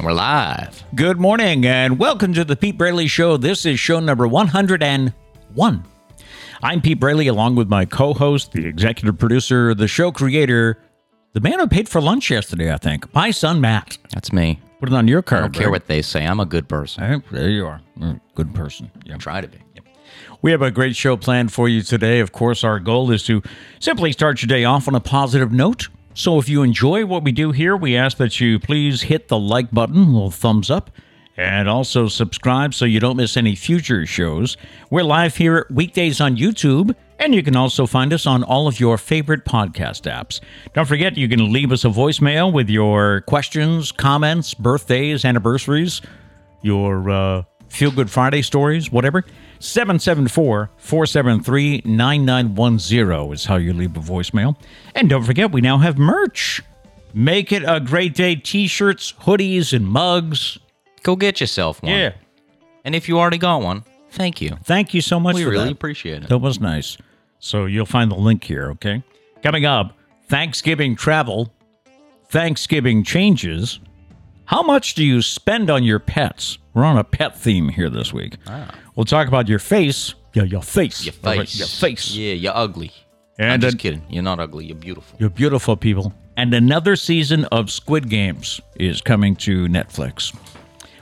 live. Good morning and welcome to the Pete Braley Show. This is show number 101. I'm Pete Braley along with my co host, the executive producer, the show creator, the man who paid for lunch yesterday, I think, my son Matt. That's me. Put it on your card. I don't care what they say. I'm a good person. There you are. Mm, Good person. Yeah. Try to be. We have a great show planned for you today. Of course, our goal is to simply start your day off on a positive note. So if you enjoy what we do here, we ask that you please hit the like button, little thumbs up, and also subscribe so you don't miss any future shows. We're live here weekdays on YouTube, and you can also find us on all of your favorite podcast apps. Don't forget, you can leave us a voicemail with your questions, comments, birthdays, anniversaries your uh, Feel Good Friday stories, whatever. 774 473 9910 is how you leave a voicemail. And don't forget, we now have merch. Make it a great day t shirts, hoodies, and mugs. Go get yourself one. And if you already got one, thank you. Thank you so much We for really that. appreciate it. That was nice. So you'll find the link here, okay? Coming up, Thanksgiving travel, Thanksgiving changes. How much do you spend on your pets? We're on a pet theme here this week. We'll talk about your face. Yeah, your face. Ah. Your All right, face. Your face. Yeah, you're ugly. I'm And just an- kidding. You're not ugly. You're beautiful. you're beautiful people. And another season of Squid Games is coming to Netflix.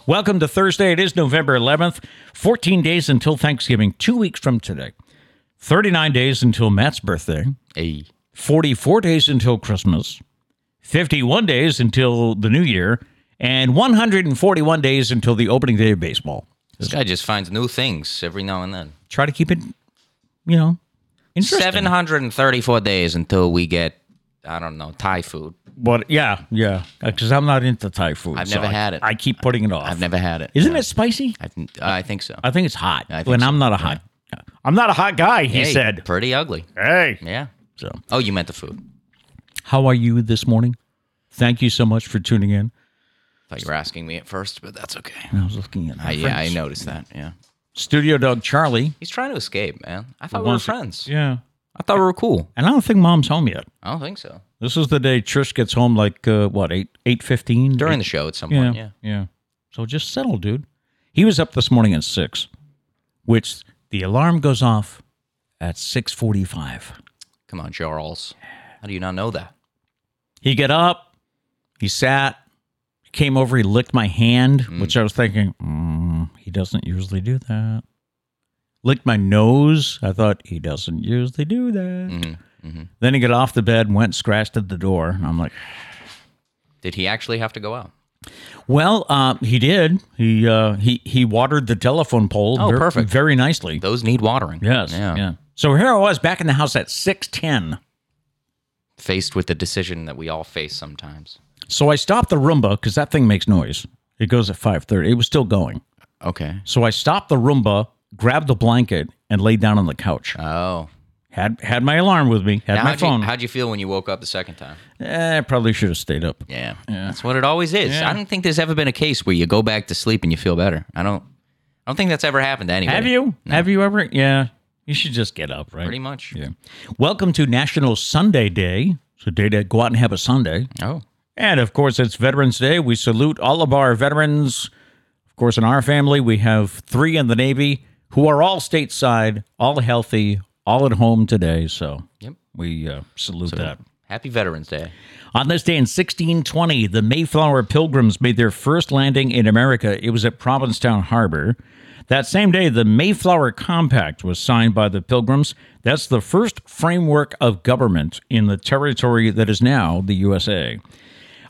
Welcome to Thursday. It is November 11th, 14 days until Thanksgiving, two weeks from today, 39 days until Matt's birthday, Hey. 44 days until Christmas, 51 days until the new year, and 141 days until the opening day of baseball. This guy just finds new things every now and then. Try to keep it, you know, interesting. 734 days until we get, I don't know, Thai food. But yeah, yeah, because I'm not into Thai food. I've so never I- had it. I keep putting it off. I've never had it. Isn't it spicy? I've, I think so. I think it's hot. think and I'm not a hot. I'm not a hot guy. He Hey, said. Pretty ugly. Hey. Yeah. So, Oh, you meant the food. how are you this morning? Thank you so much for tuning in. thought you were asking me at first, but that's okay. I was looking at my I, yeah, I friends. noticed that. Yeah. Studio dog Charlie. He's trying to escape, man. I thought we were Once- friends. Yeah, I thought we were cool. and I don't think mom's home yet. I don't think so. This is the day Trish gets home, like uh, what eight eight fifteen During the show at some yeah, point, yeah. yeah. So just settle, dude. He was up this morning at six, which the alarm goes off at six forty five. Come on, Charles. How do you not know that? He got up, he sat, he came over, he licked my hand, which I was thinking, mm, he doesn't usually do that. Licked my nose. I thought he doesn't usually do that. Mm-hmm, Then he got off the bed, went, scratched at the door. And I'm like, Did he actually have to go out? well, uh, he did. He uh, he he watered the telephone pole. Oh, ver- perfect. Very nicely. Those need watering. Yes. Yeah. yeah. So here I was back in the house at six ten. Faced with the decision that we all face sometimes. So I stopped the Roomba because that thing makes noise. It goes at five thirty. It was still going. Okay. So I stopped the Roomba, grabbed the blanket, and laid down on the couch. Oh. Had had my alarm with me, had Now, my how'd, phone. You, how'd you feel when you woke up the second time? Eh, I probably should have stayed up. Yeah. That's what it always is. I don't think there's ever been a case where you go back to sleep and you feel better. I don't I don't think that's ever happened to anybody. Have you? Have you ever? Yeah. You should just get up, right? Pretty much. Yeah. Welcome to National Sunday Day. It's a day to go out and have a Sunday. Oh. And of course, it's Veterans Day. We salute all of our veterans. Of course, in our family, we have three in the Navy who are all stateside, all healthy, all at home today. So Yep. we uh, salute that. Happy Veterans Day. On this day in 1620, the Mayflower Pilgrims made their first landing in America. It was at Provincetown Harbor. That same day, the Mayflower Compact was signed by the Pilgrims. That's the first framework of government in the territory that is now the USA.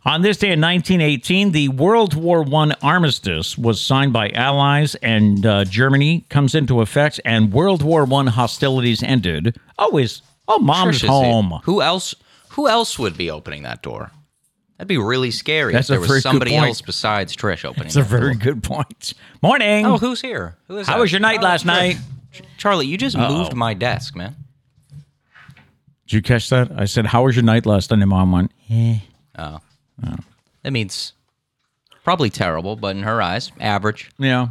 On this day in 1918, the World War I armistice was signed by Allies and uh, Germany comes into effect, and World War I hostilities ended. Always, oh, mom's Trish is home. here. Who else? Who else would be opening that door? That'd be really scary That's a if there very good was somebody point. else besides Trish opening. It's a that door. very good point. Morning. Oh, who's here? Who is? How that? was your night Oh, last Trish. night? Ch- Charlie? You just moved my desk, man. Did you catch that? I said, "How was your night last night?" And Mom went, "Eh." That means probably terrible, but in her eyes, average. "Yeah."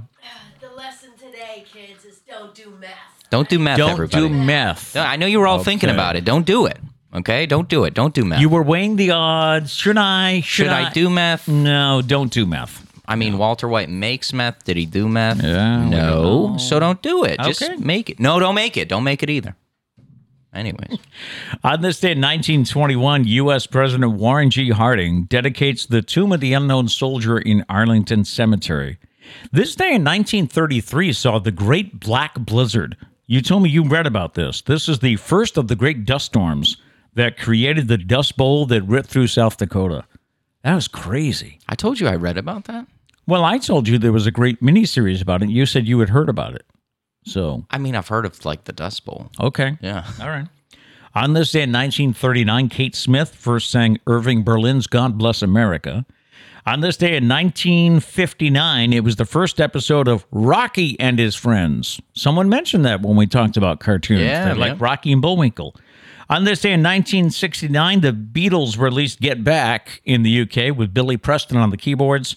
The lesson today, kids, is don't do meth. Don't do meth, Don't everybody. do meth. No, I know you were all thinking about it. Don't do it. Okay, don't do it. Don't do meth. You were weighing the odds. Should I? Should, should I do meth? No, don't do meth. I mean, Walter White makes meth. Did he do meth? Yeah, we don't No. know. So don't do it. Just Okay. make it. No, don't make it. Don't make it either. Anyways, On this day in 1921, U.S. President Warren G. Harding dedicates the Tomb of the Unknown Soldier in Arlington Cemetery. This day in 1933 saw the Great Black Blizzard. You told me you read about this. This is the first of the great dust storms that created the Dust Bowl that ripped through South Dakota. That was crazy. I told you I read about that. Well, I told you there was a great miniseries about it. You said you had heard about it. So, I mean, I've heard of like the Dust Bowl. okay. Yeah. All right. On this day in 1939, Kate Smith first sang Irving Berlin's God Bless America. On this day in 1959, it was the first episode of Rocky and His Friends. Someone mentioned that when we talked about cartoons, Yeah, They're like man. Rocky and Bullwinkle. On this day in 1969, the Beatles released Get Back in the UK with Billy Preston on the keyboards.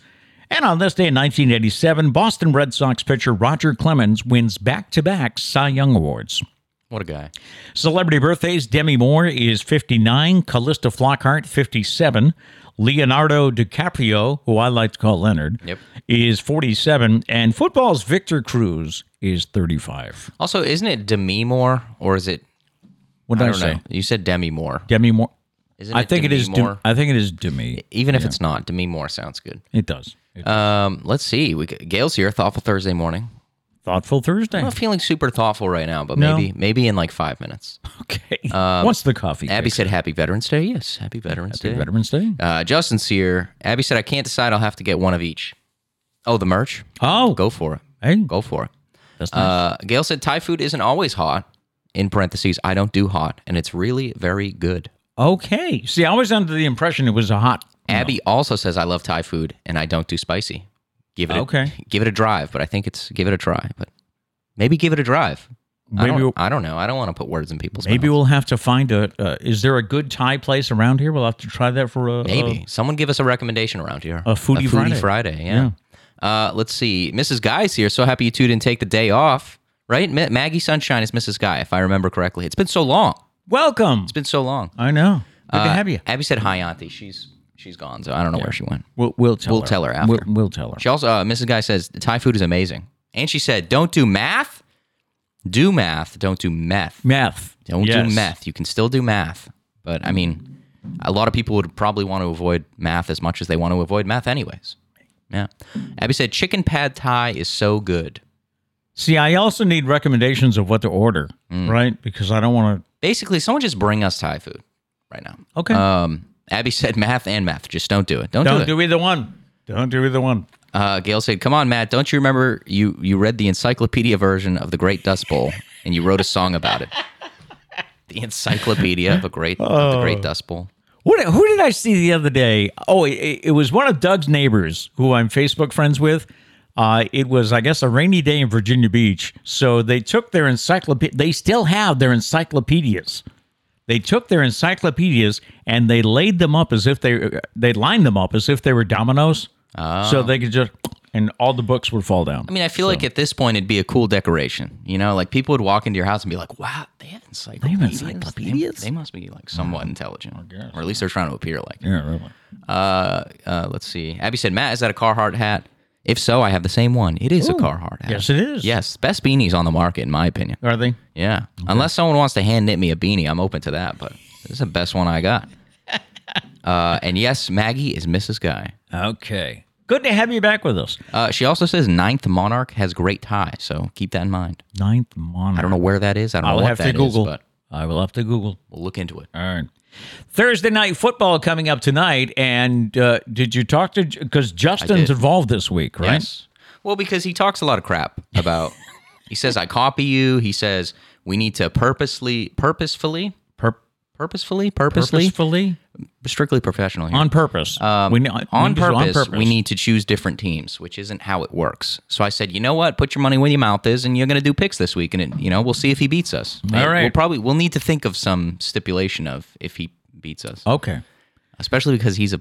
And on this day in 1987, Boston Red Sox pitcher Roger Clemens wins back to back Cy Young Awards. What a guy. Celebrity birthdays Demi Moore is 59, Callista Flockhart, 57, Leonardo DiCaprio, who I like to call Leonard, Yep. is 47, and football's Victor Cruz is 35. Also, isn't it Demi Moore or is it? What did I I, don't say? know. You said Demi Moore. Demi Moore. Isn't I think Demi it is. Dem- Moore. I think it is Demi. Even if it's not, Demi Moore sounds good. It does. It- Um, let's see. We could, Gail's here. Thoughtful Thursday morning. Thoughtful Thursday. I'm not feeling super thoughtful right now, but Mm. No. maybe maybe in like five minutes. Okay. What's the coffee? Um, Abby cake? said, "Happy Veterans Day." Yes, Happy Veterans Day. Veterans Day. Uh, Justin's here. Abby said, "I can't decide. I'll have to get one of each." Oh, the merch. Oh, Go for it. hey, Go for it. that's nice. Uh, Gail said, "Thai food isn't always hot." In parentheses, I don't do hot, and it's really very good. okay. See, I was under the impression it was a hot. Abby also says, "I love Thai food, and I don't do spicy." Give it a, Okay. Give it a drive, but I think it's give it a try, but maybe give it a drive. I Maybe don't, we'll- I don't know. I don't want to put words in people's Maybe mouths. we'll have to find a. Uh, is there a good Thai place around here? We'll have to try that for a. Maybe someone give us a recommendation around here. A foodie Friday. Friday. yeah. Uh, let's see. Mrs. Guy's here. So happy you two didn't take the day off, right? Ma- Maggie Sunshine is Mrs. Guy, if I remember correctly. It's been so long. welcome. It's been so long. I know. Good to Uh, have you. Abby said hi, Auntie. She's she's gone, so I don't know where she went. We'll, we'll tell we'll her. tell her after. We'll, we'll tell her. She also uh, Mrs. Guy says Thai food is amazing, and she said, "Don't do math, do math, don't do meth." Meth. Don't Yes. do math. You can still do math, but I mean, a lot of people would probably want to avoid math as much as they want to avoid math, anyways. Yeah. Abby said chicken pad thai is so good. See, I also need recommendations of what to order, right? Because I don't want Basically, someone just bring us Thai food right now. to. Okay. Um, Abby said math and meth. Just don't do it. Don't, don't do it. do either one. Don't do either one. Uh, Gail said, "Come on, Matt. Don't you remember you you read the encyclopedia version of the Great Dust Bowl and you wrote a song about it? The encyclopedia of a great Oh. of the Great Dust Bowl. What, who did I see the other day? Oh, it, it was one of Doug's neighbors who I'm Facebook friends with. Uh, it was, I guess, a rainy day in Virginia Beach. So they took their encyclopedia. They still have their encyclopedias. They took their encyclopedias and they laid them up as if they they lined them up as if they were dominoes. So they could just and all the books would fall down. Oh. I mean, I feel like at this point it'd be a cool decoration. You know, like people would walk into your house and be like, "Wow, they have encyclopedias. encyclopedias? They, they must be like somewhat intelligent, or at least they're trying to appear like." it. yeah, really. Uh, uh, let's see. Abby said, "Matt, is that a Carhartt hat?" If so, I have the same one. It is a Carhartt hat. Yes, it is. Yes, best beanies on the market, in my opinion. Are they? Yeah. Unless someone wants to hand knit me a beanie, I'm open to that. But this is the best one I got. Uh, and yes, Maggie is Mrs. Guy. Okay. Good to have you back with us. Uh, she also says ninth monarch has great tie, so keep that in mind. Ninth monarch. I don't know where that is. I don't I know will what have to that is, Google. but I will have to Google. we'll look into it. All right. Thursday night football coming up tonight, and uh, did you talk to? Because Justin's did. involved this week, right? Yes. Well, because he talks a lot of crap about. he says I copy you. He says we need to purposely, purposefully, Pur- purposefully, purposely, purposefully, strictly professional. Here. on purpose. Um, we, ne- on we need to- purpose, we need to choose different teams, which isn't how it works. So I said, you know what? Put your money where your mouth is, and you're going to do picks this week, and it, you know we'll see if he beats us. All And right. we'll probably we'll need to think of some stipulation of if he beats us, Okay. especially because he's a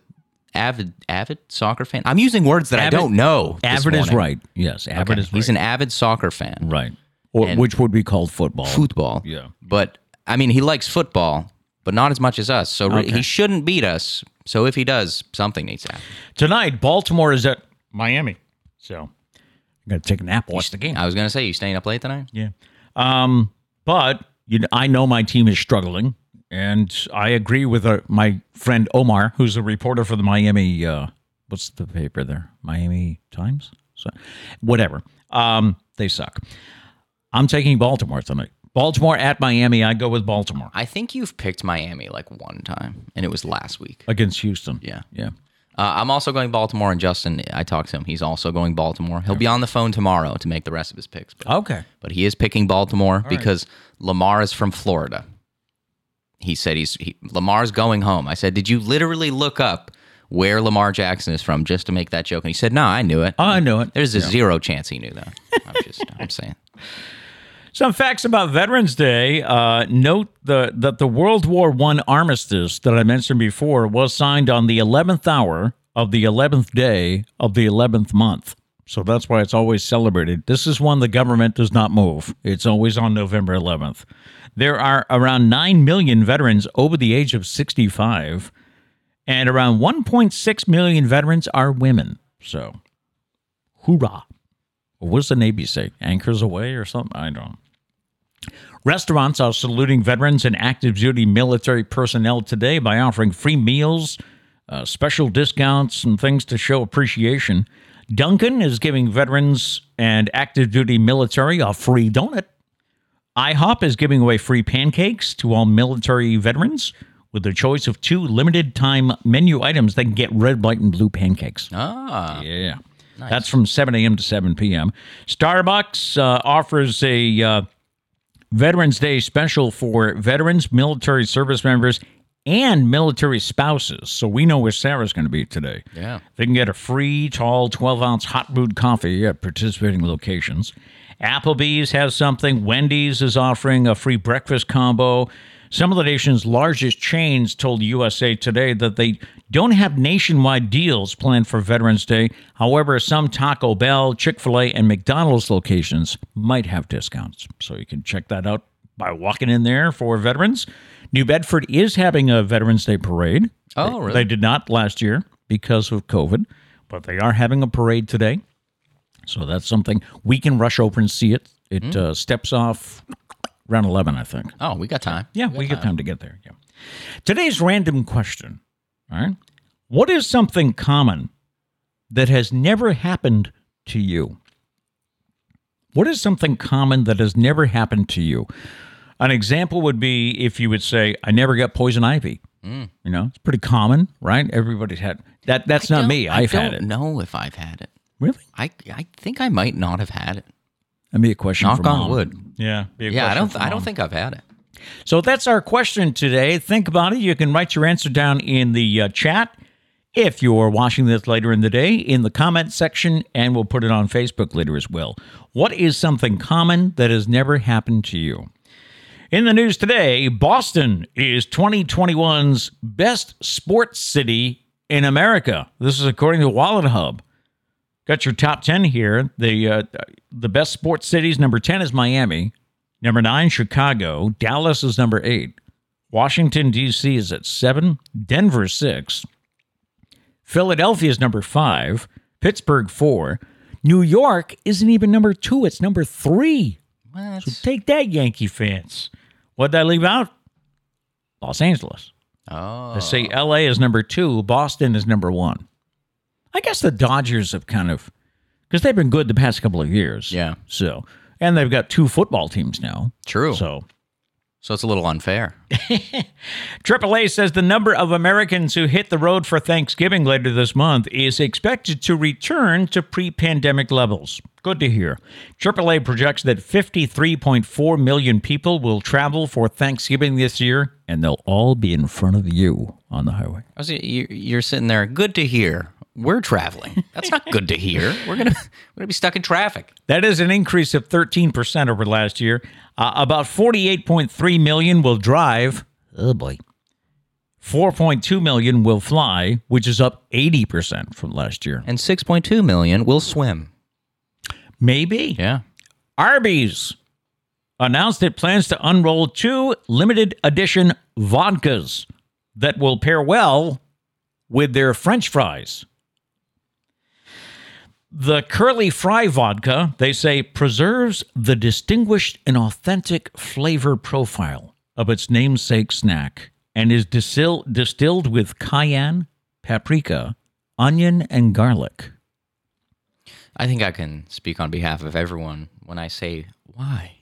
avid avid soccer fan. I'm using words that Avid- I don't know. this Avid is morning. right. Yes, Avid Okay. is right. He's an avid soccer fan. right, or, and- which would be called football. Football. Yeah. But I mean, he likes football, but not as much as us. So re- Okay. he shouldn't beat us. So if he does, something needs to happen. Tonight, Baltimore is at Miami. So I'm gonna take a nap, watch the game. I was gonna say you staying up late tonight. Yeah. Um, but you know, I know my team is struggling, and I agree with uh my friend Omar, who's a reporter for the Miami. Uh, what's the paper there? Miami Times. So, whatever. Um, they suck. I'm taking Baltimore tonight. Baltimore at Miami. I go with Baltimore I think you've picked Miami like one time, and it was last week. against Houston. Yeah. Oh, Yeah. Uh, I'm also going Baltimore, and Justin, I talked to him. He's also going Baltimore. He'll be on the phone tomorrow to make the rest of his picks. But, Okay. but he is picking Baltimore because Lamar is from Florida. He said he's he, Lamar's going home. I said, did you literally look up where Lamar Jackson is from just to make that joke? And he said, no, I knew it. I know it. There's a zero chance he knew that. I'm just, I'm saying. Some facts about Veterans Day. Uh, note the, that the World War One armistice that I mentioned before was signed on the 11th hour of the 11th day of the 11th month. So that's why it's always celebrated. This is one the government does not move. It's always on November 11th. There are around 9 million veterans over the age of 65, and around 1.6 million veterans are women. So, hoorah. What does the Navy say? Anchors away or something? I don't. Restaurants are saluting veterans and active duty military personnel today by offering free meals, uh, special discounts, and things to show appreciation. Duncan is giving veterans and active duty military a free donut. IHOP is giving away free pancakes to all military veterans with the choice of two limited time menu items. They can get red, white, and blue pancakes. Ah, Yeah. That's from 7 a.m. to 7 p.m. Starbucks uh, offers a uh, Veterans Day special for veterans, military service members, and military spouses. So we know where Sarah's going to be today. Yeah. They can get a free, tall, 12 ounce hot brewed coffee at participating locations. Applebee's has something. Wendy's is offering a free breakfast combo. Some of the nation's largest chains told USA Today that they don't have nationwide deals planned for Veterans Day. However, some Taco Bell, Chick fil A, and McDonald's locations might have discounts. So you can check that out by walking in there for veterans. New Bedford is having a Veterans Day parade. Oh, They- really? They did not last year because of COVID, but they are having a parade today. So that's something we can rush over and see it. It Hmm. uh, steps off round 11, I think. oh, we got time. Yeah, we get time to get there. Yeah. Today's random question. All right. What is something common that has never happened to you? What is something common that has never happened to you? An example would be if you would say, I never got poison ivy. Mm. You know, it's pretty common, right? Everybody's had that. That's not me. I I've don't had it. know if I've had it. Really? I, I think I might not have had it. That'd be a question Knock for on mom. wood. Yeah. be a Yeah, I question don't for I mom. don't think I've had it. So that's our question today. Think about it. You can write your answer down in the uh, chat if you're watching this later in the day in the comment section, and we'll put it on Facebook later as well. What is something common that has never happened to you? In the news today, Boston is 2021's best sports city in America. This is according to Wallet Hub. Got your top 10 here. The uh, the best sports cities number 10 is Miami, number 9 Chicago, Dallas is number 8. Washington D.C. is at 7, Denver 6. Philadelphia is number 5, Pittsburgh 4. New York isn't even number 2, it's number 3. What? Take that, Yankee fans. What did I leave out? Los Angeles. Oh, I say LA is number two, Boston is number one. I guess the Dodgers have kind of, because they've been good the past couple of years. Yeah. So, and they've got two football teams now. true. So, So, it's a little unfair. AAA says the number of Americans who hit the road for Thanksgiving later this month is expected to return to pre pandemic levels. Good to hear. AAA projects that 53.4 million people will travel for Thanksgiving this year, and they'll all be in front of you on the highway. I was, you, you're sitting there. Good to hear. We're traveling. That's not good to hear. We're gonna we're gonna be stuck in traffic. That is an increase of 13% over last year. Uh, about 48.3 million will drive. Oh boy. 4.2 million will fly, which is up 80% from last year. And 6.2 million will swim. Maybe. Yeah. Arby's announced it plans to unroll two limited edition vodkas that will pair well with their french fries. The Curly Fry vodka, they say, preserves the distinguished and authentic flavor profile of its namesake snack and is distil- distilled with cayenne, paprika, onion, and garlic. I think I can speak on behalf of everyone when I say why.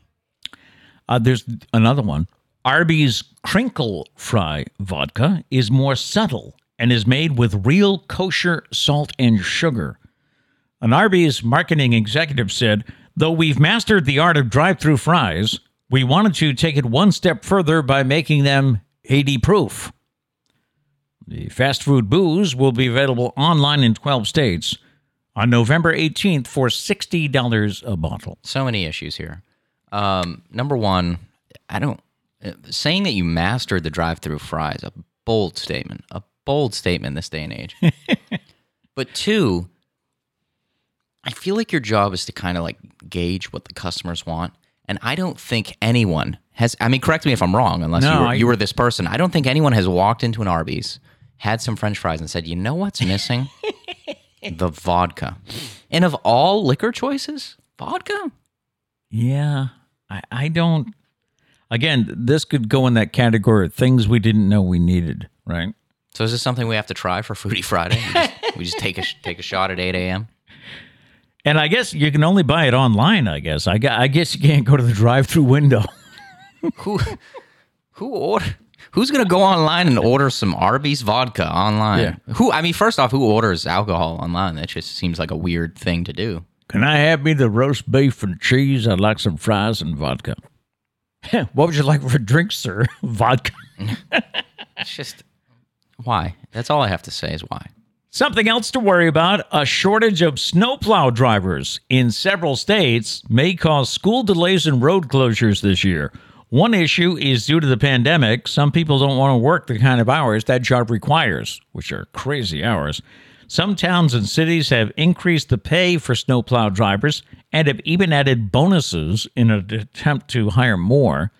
Uh, there's another one. Arby's Crinkle Fry vodka is more subtle and is made with real kosher salt and sugar. An Arby's marketing executive said, Though we've mastered the art of drive through fries, we wanted to take it one step further by making them 80 proof. The fast food booze will be available online in 12 states on November 18th for $60 a bottle. So many issues here. Um, number one, I don't uh, saying that you mastered the drive-through fries a bold statement, a bold statement this day and age. but two, I feel like your job is to kind of like gauge what the customers want, and I don't think anyone has. I mean, correct me if I'm wrong, unless No, you, were, I- you were this person. I don't think anyone has walked into an Arby's, had some French fries, and said, "You know what's missing? the vodka." And of all liquor choices, vodka. Yeah, I, I don't. Again, this could go in that category of things we didn't know we needed, right? So is this something we have to try for Foodie Friday? We just, we just take a sh- take a shot at eight a.m. And I guess you can only buy it online. I guess I, gu- I guess you can't go to the drive-through window. Who who order? Who's gonna go online and order some Arby's vodka online? Who? I mean, first off, who orders alcohol online? That just seems like a weird thing to do. Can I have me the roast beef and cheese? I'd like some fries and vodka. what would you like for a drink, sir? vodka. It's just why. That's all I have to say is why. Something else to worry about a shortage of snowplow drivers in several states may cause school delays and road closures this year. One issue is due to the pandemic, some people don't want to work the kind of hours that job requires, which are crazy hours. Some towns and cities have increased the pay for snowplow drivers and have even added bonuses in an attempt to hire more.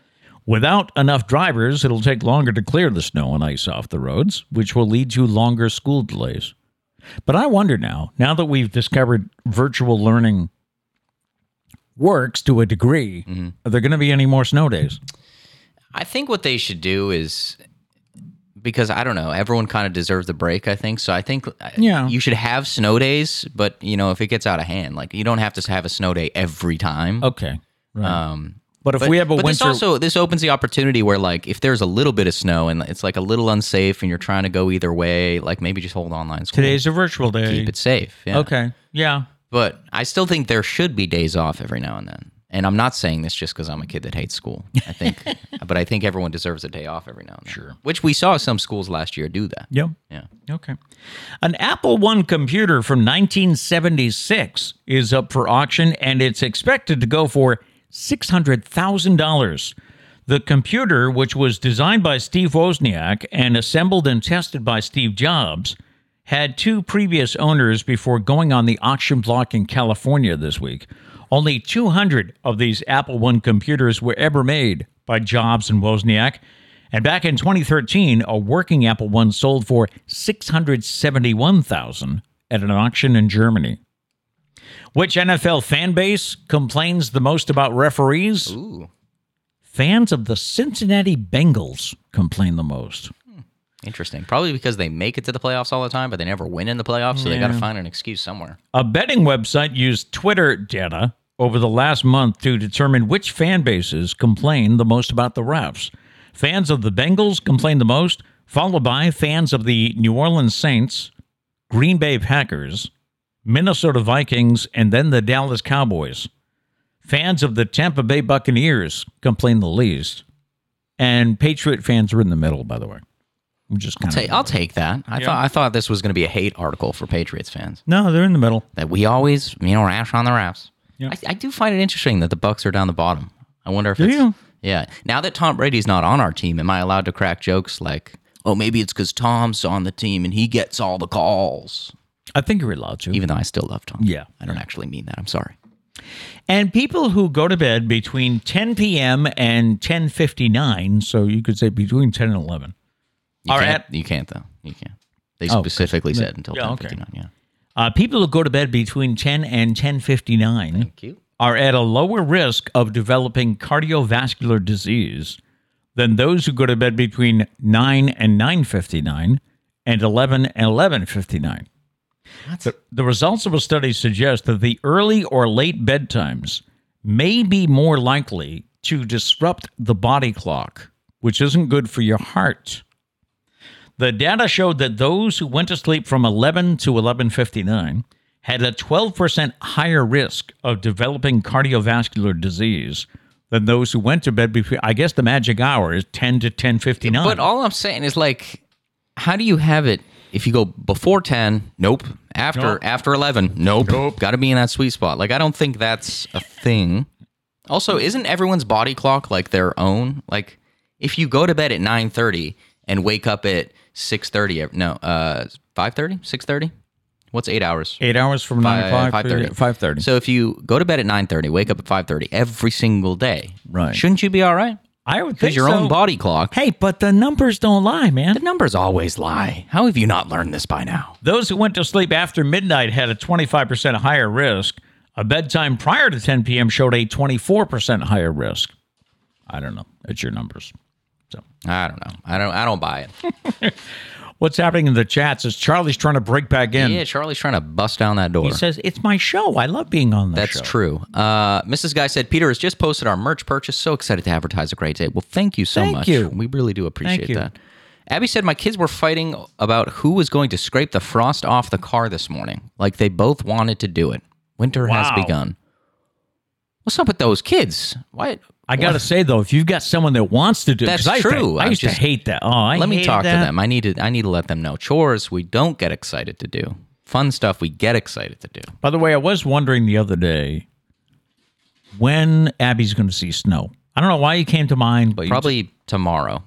Without enough drivers, it'll take longer to clear the snow and ice off the roads, which will lead to longer school delays. But I wonder now, now that we've discovered virtual learning works to a degree, Mm-hmm. are there going to be any more snow days? I think what they should do is because I don't know, everyone kind of deserves a break, I think. So I think uh, Yeah. you should have snow days, but you know, if it gets out of hand, like you don't have to have a snow day every time. Okay. Right. Um but if but, we have a but this winter also this opens the opportunity where like if there's a little bit of snow and it's like a little unsafe and you're trying to go either way, like maybe just hold online school. today's a virtual day. keep it safe. Yeah. Okay. Yeah. But I still think there should be days off every now and then. And I'm not saying this just because I'm a kid that hates school. I think, but I think everyone deserves a day off every now and then. Sure. Which we saw some schools last year do that. Yep. Yeah. Okay. An Apple One computer from 1976 is up for auction and it's expected to go for $600,000. The computer, which was designed by Steve Wozniak and assembled and tested by Steve Jobs, had two previous owners before going on the auction block in California this week. Only 200 of these Apple I computers were ever made by Jobs and Wozniak. And back in 2013, a working Apple I sold for 671,000 at an auction in Germany. Which NFL fan base complains the most about referees? Ooh, Fans of the Cincinnati Bengals complain the most. interesting. Probably because they make it to the playoffs all the time, but they never win in the playoffs, so they got to find an excuse somewhere. A betting website used Twitter data over the last month to determine which fan bases complain the most about the refs. Fans of the Bengals complain the most, followed by fans of the New Orleans Saints, Green Bay Packers, Minnesota Vikings, and then the Dallas Cowboys. Fans of the Tampa Bay Buccaneers complain the least. And Patriot fans are in the middle, by the way. I'm just kind Ta- of. I'll take that. I thought I thought this was going to be a hate article for Patriots fans No, they're in the middle. that we always, you know, rash on the refs. Yeah. I, I do find it interesting that the Bucks are down the bottom. I wonder if Do it's, you? yeah. Now that Tom Brady's not on our team, am I allowed to crack jokes like, oh, maybe it's because Tom's on the team and he gets all the calls? I think you're allowed to. Even though I still love Tom. Yeah. I don't actually mean that. I'm sorry. And people who go to bed between 10 p.m. and 10:59, so you could say between 10 and 11, You Are can't, at- you can't though. You can't. They Oh, specifically said until yeah, yeah, okay. 10:59. Yeah. Uh, people who go to bed between 10 and 10:59 Thank you. are at a lower risk of developing cardiovascular disease than those who go to bed between 9 and 9:59 and 11 and 11:59. The, the results of a study suggest that the early or late bedtimes may be more likely to disrupt the body clock, which isn't good for your heart. The data showed that those who went to sleep from 11 to 11:59 had a 12% higher risk of developing cardiovascular disease than those who went to bed between I guess the magic hour is 10 to 10:59. But all I'm saying is like, how do you have it if you go before ten? Nope. After Nope. after eleven? Nope. Nope. Got to be in that sweet spot. Like I don't think that's a thing. Also, isn't everyone's body clock like their own? Like if you go to bed at nine thirty and wake up at six thirty, no, uh, five thirty, six thirty. What's eight hours? 8 hours from 9 Five- o'clock to 5:30. 5:30. So if you go to bed at nine thirty, wake up at five thirty every single day, Right. Shouldn't you be all right? I would think Because your so. own body clock. Hey, but the numbers don't lie, man. The numbers always lie. How have you not learned this by now? Those who went to sleep after midnight had a 25% higher risk. A bedtime prior to 10 p.m. showed a 24% higher risk. I don't know. It's your numbers. I don't know. I don't. I don't buy it. What's happening in the chats is Charlie's trying to break back in. yeah, Charlie's trying to bust down that door. He says, It's my show. I love being on the That's show. true. Uh, Mrs. Guy said Peter has just posted our merch purchase. So excited to advertise a great day. Well, thank you so Thank much. you. We really do appreciate Thank you. that. Abby said my kids were fighting about who was going to scrape the frost off the car this morning. Like they both wanted to do it. Winter has Wow. begun. What's up with those kids? Why? I got to say, though, if you've got someone that wants to do That's 'cause I used to- true. I I'm used just- to hate that. Oh, I let me hated talk that. to them. I need to. I need to let them know chores we don't get excited to do. Fun stuff we get excited to do. By the way, I was wondering the other day when Abby's going to see snow. I don't know why you came to mind, but you probably tomorrow.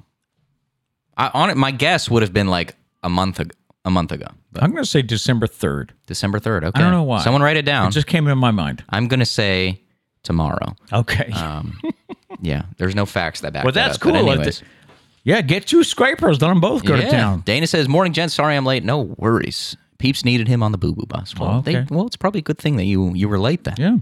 I on it. My guess would have been like a month ago. A month ago, but I'm going to say December 3rd. December third. Okay, don't know why. Someone write it It down. just came into my mind. Uh, I'm gonna say tomorrow. Okay. Yeah, there's no facts that back. well, that that's up, but cool. If anyways, they- yeah, get two scrapers. Let them both go Yeah. to town. Dana says, "Morning, gents. Sorry I'm late. No worries. Peeps needed him on the boo boo bus. Well, Oh, okay. they, well, it's probably a good thing that you you were late then. Yeah.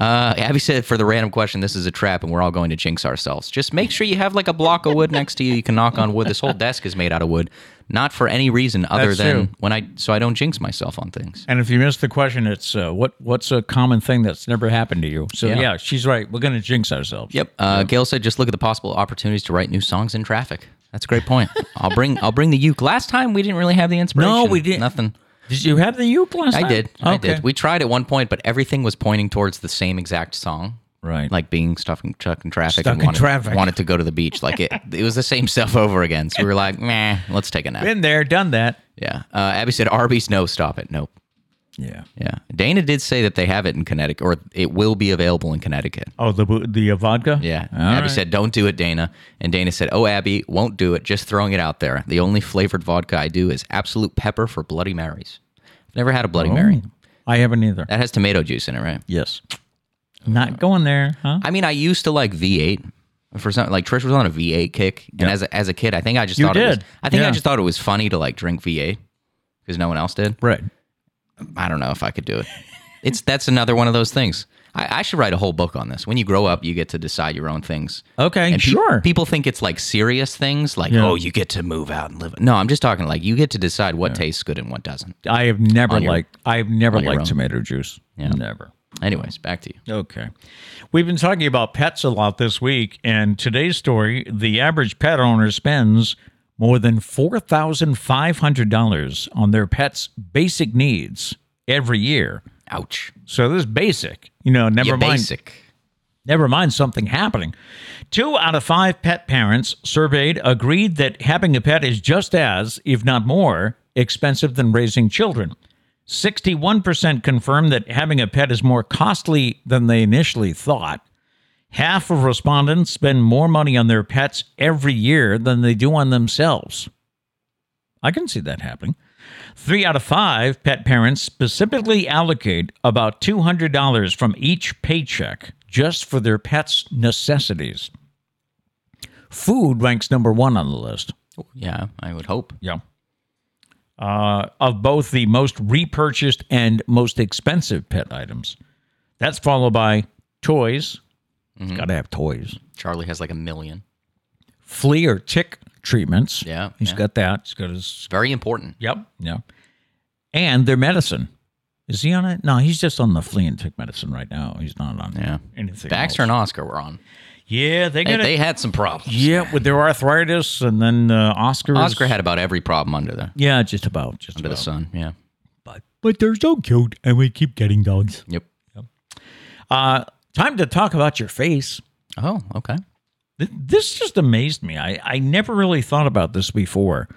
Uh, Abby said, for the random question, this is a trap, and we're all going to jinx ourselves. Just make sure you have like a block of wood next to you. You can knock on wood. This whole desk is made out of wood, not for any reason other That's than true. when I so I don't jinx myself on things. And if you missed the question, it's uh, what what's a common thing that's never happened to you? So yeah, Yeah. she's right. We're going to jinx ourselves. Yep. Uh, Gail said, just look at the possible opportunities to write new songs in traffic. That's a great point. I'll bring I'll bring the uke. Last time we didn't really have the inspiration. we didn't. Nothing. Did you have the uke last I time? did. I Okay. did. We tried at one point, but everything was pointing towards the same exact song. Right. Like being stuck in, stuck in traffic Stuck and in wanted, traffic. wanted to go to the beach. Like it, it was the same stuff over again. So we were like, nah, let's take a nap. Been there, done that. Yeah. Uh, Abby said, Arby's, no, stop it. Nope. Yeah. Yeah. Dana did say that they have it in Connecticut or it will be available in Connecticut. Oh, the bu- the uh, vodka. Yeah. All Abby right. said, don't do it, Dana. And Dana said, oh, Abby, won't do it. Just throwing it out there. The only flavored vodka I do is absolute pepper for Bloody Marys. I've never had a Oh. Bloody Mary. I haven't either. That has tomato juice in it, right? Yes. Not going there, huh? I mean, I used to like V8 for something. Like Trish was on a V8 kick, and as a, as a kid, I think I just You thought it was, did. I think Yeah. I just thought it was funny to like drink V8 because no one else did. Right. I don't know if I could do it. It's that's another one of those things. I, I should write a whole book on this. When you grow up, you get to decide your own things. Okay, And pe- sure. people think it's like serious things, like Yeah. oh, you get to move out and live. No, I'm just talking like you get to decide what tastes good and what doesn't. I have never On your- liked I have never your liked own. tomato juice. Never. Anyways, back to you. Okay. We've been talking about pets a lot this week, and today's story the average pet owner spends more than $4,500 on their pet's basic needs every year. Ouch. So this is basic, you know, never You're mind basic. Never mind something happening. Two out of five pet parents surveyed agreed that having a pet is just as, if not more, expensive than raising children. 61% confirmed that having a pet is more costly than they initially thought. Half of respondents spend more money on their pets every year than they do on themselves. I can see that happening. Three out of five pet parents specifically allocate about $200 from each paycheck just for their pet's necessities. Food ranks number one on the list. Yeah, I would hope. Yeah. uh, of both the most repurchased and most expensive pet items. That's followed by toys. Mm-hmm. It's Got to have toys. Charlie has like a million. Flea or tick treatments. Yeah, he's yeah. got that. He's got his. Very important. Yep. Yep. And their medicine. Is he on it? No, he's just on the flea and tick medicine right now. He's not on Yeah. anything. Baxter else. and Oscar were on. Yeah, they They, got they it. had some problems. Yeah, with their arthritis, and then uh, Oscar. Oscar had about every problem under the Yeah, just about. Just under about. the sun. Yeah. But, but they're so cute, and we keep getting dogs. Yep. Uh, time to talk about your face. Oh, okay. Th- This just amazed me. I, I never really thought about this before.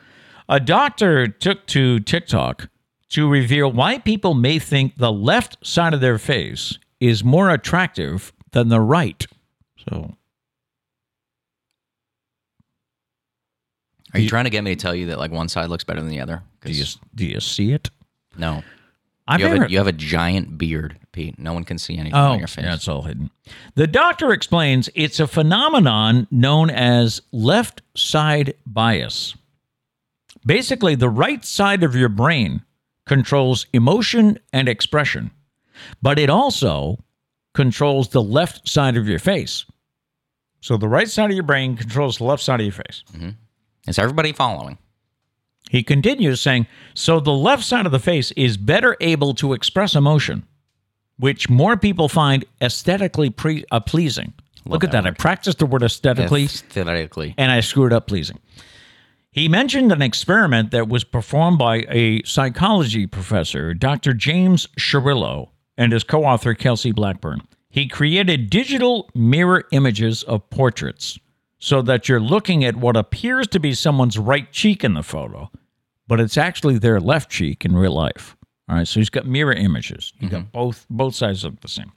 A doctor took to TikTok to reveal why people may think the left side of their face is more attractive than the right. So, Are you trying to get me to tell you that like one side looks better than the other? do 'Cause- you, do you see it? no. I've You have, never- a, you have a giant beard, Pete. No one can see anything Oh, on your face. yeah, it's all hidden. The doctor explains it's a phenomenon known as left side bias. Basically, the right side of your brain controls emotion and expression, but it also controls the left side of your face. So the right side of your brain controls the left side of your face. Is everybody following? He continues saying, so the left side of the face is better able to express emotion, which more people find aesthetically pre- uh, pleasing. Look at that. I practiced the word aesthetically Aesthetically. and I screwed up pleasing. He mentioned an experiment that was performed by a psychology professor, Dr. James Shirillo, and his co author, Kelsey Blackburn. He created digital mirror images of portraits so that you're looking at what appears to be someone's right cheek in the photo, but it's actually their left cheek in real life. All right, so he's got mirror images. You got both both sides look the same.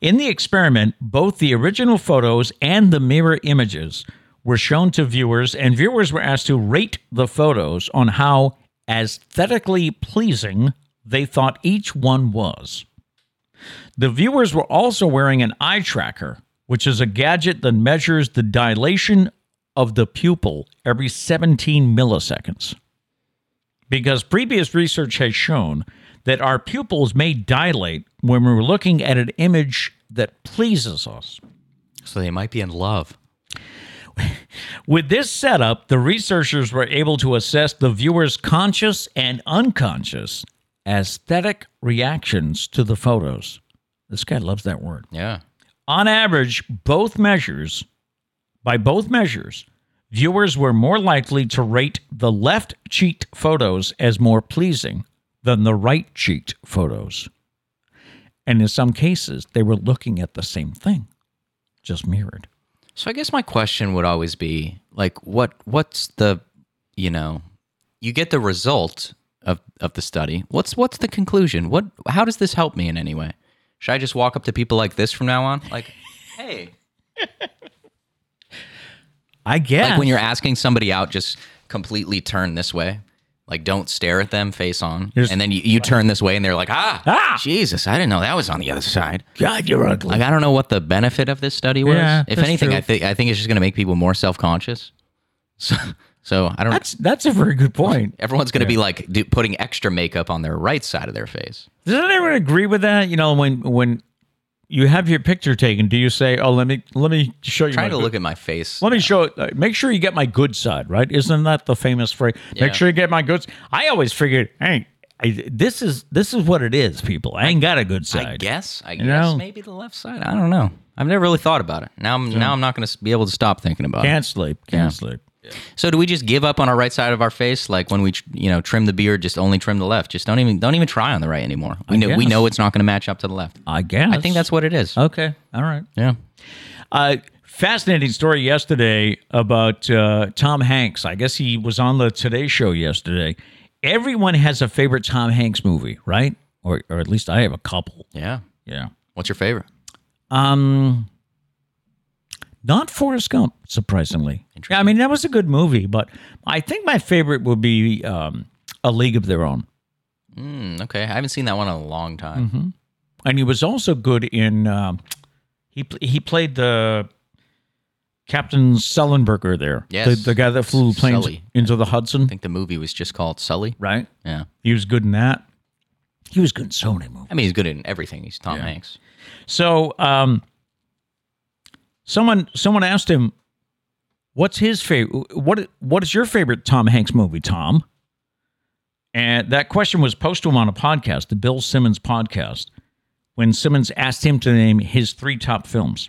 In the experiment, both the original photos and the mirror images were shown to viewers, and viewers were asked to rate the photos on how aesthetically pleasing they thought each one was. The viewers were also wearing an eye tracker, which is a gadget that measures the dilation of the pupil every 17 milliseconds because previous research has shown that our pupils may dilate when we're looking at an image that pleases us. So they might be in love. With this setup, the researchers were able to assess the viewer's conscious and unconscious aesthetic reactions to the photos. This guy loves that word. Yeah. On average, both measures, by both measures, viewers were more likely to rate the left cheeked photos as more pleasing than the right cheeked photos. And in some cases, they were looking at the same thing, just mirrored. So I guess my question would always be like what what's the you know you get the result of of the study. What's what's the conclusion? What how does this help me in any way? Should I just walk up to people like this from now on? Like, hey, I guess. like when you're asking somebody out, just completely turn this way. Like, don't stare at them face on, Here's- and then you, you turn this way, and they're like, ah, Ah! Jesus, I didn't know that was on the other side. God, you're ugly. Like, I don't know what the benefit of this study was. Yeah, if that's anything, true. I think I think it's just going to make people more self conscious. So, so I don't. That's, that's a very good point. Everyone's going to be like do, putting extra makeup on their right side of their face. Does anyone agree with that? You know, when when you have your picture taken, do you say, "Oh, let me let me show you"? Trying to my look at my face. Let me show it. uh, Make sure you get my good side, right? Isn't that the famous phrase? Yeah. Make sure you get my goods. I always figured, hey, I, this is this is what it is, people. I ain't got a good side. I guess. I guess know? maybe the left side. I don't know. I've never really thought about it. Now I'm now I'm not going to be able to stop thinking about it. Can't sleep. Can't sleep. So do we just give up on our right side of our face? Like when we, you know, trim the beard, just only trim the left. Just don't even don't even try on the right anymore. We know we guess. know it's not going to match up to the left. I guess. I think that's what it is. okay. All right. Yeah. Uh, fascinating story yesterday about uh, Tom Hanks. I guess he was on the Today Show yesterday. Everyone has a favorite Tom Hanks movie, right? Or, or at least I have a couple. Yeah. Yeah. What's your favorite? Um, not Forrest Gump, surprisingly. Yeah, I mean that was a good movie, but I think my favorite would be um, A League of Their Own, Mm, okay. I haven't seen that one in a long time. Mm-hmm. and he was also good in um, he pl- he played the Captain Sullenberger there. Yes. The, the guy that flew the planes Sully. into the Hudson. I think the movie was just called Sully. Right. Yeah. He was good in that. He was good in so many movies. I mean, he's good in everything. He's Tom Hanks. So um, someone someone asked him, "What's his favorite? What what is your favorite Tom Hanks movie, Tom?" And that question was posed to him on a podcast, the Bill Simmons podcast, when Simmons asked him to name his three top films.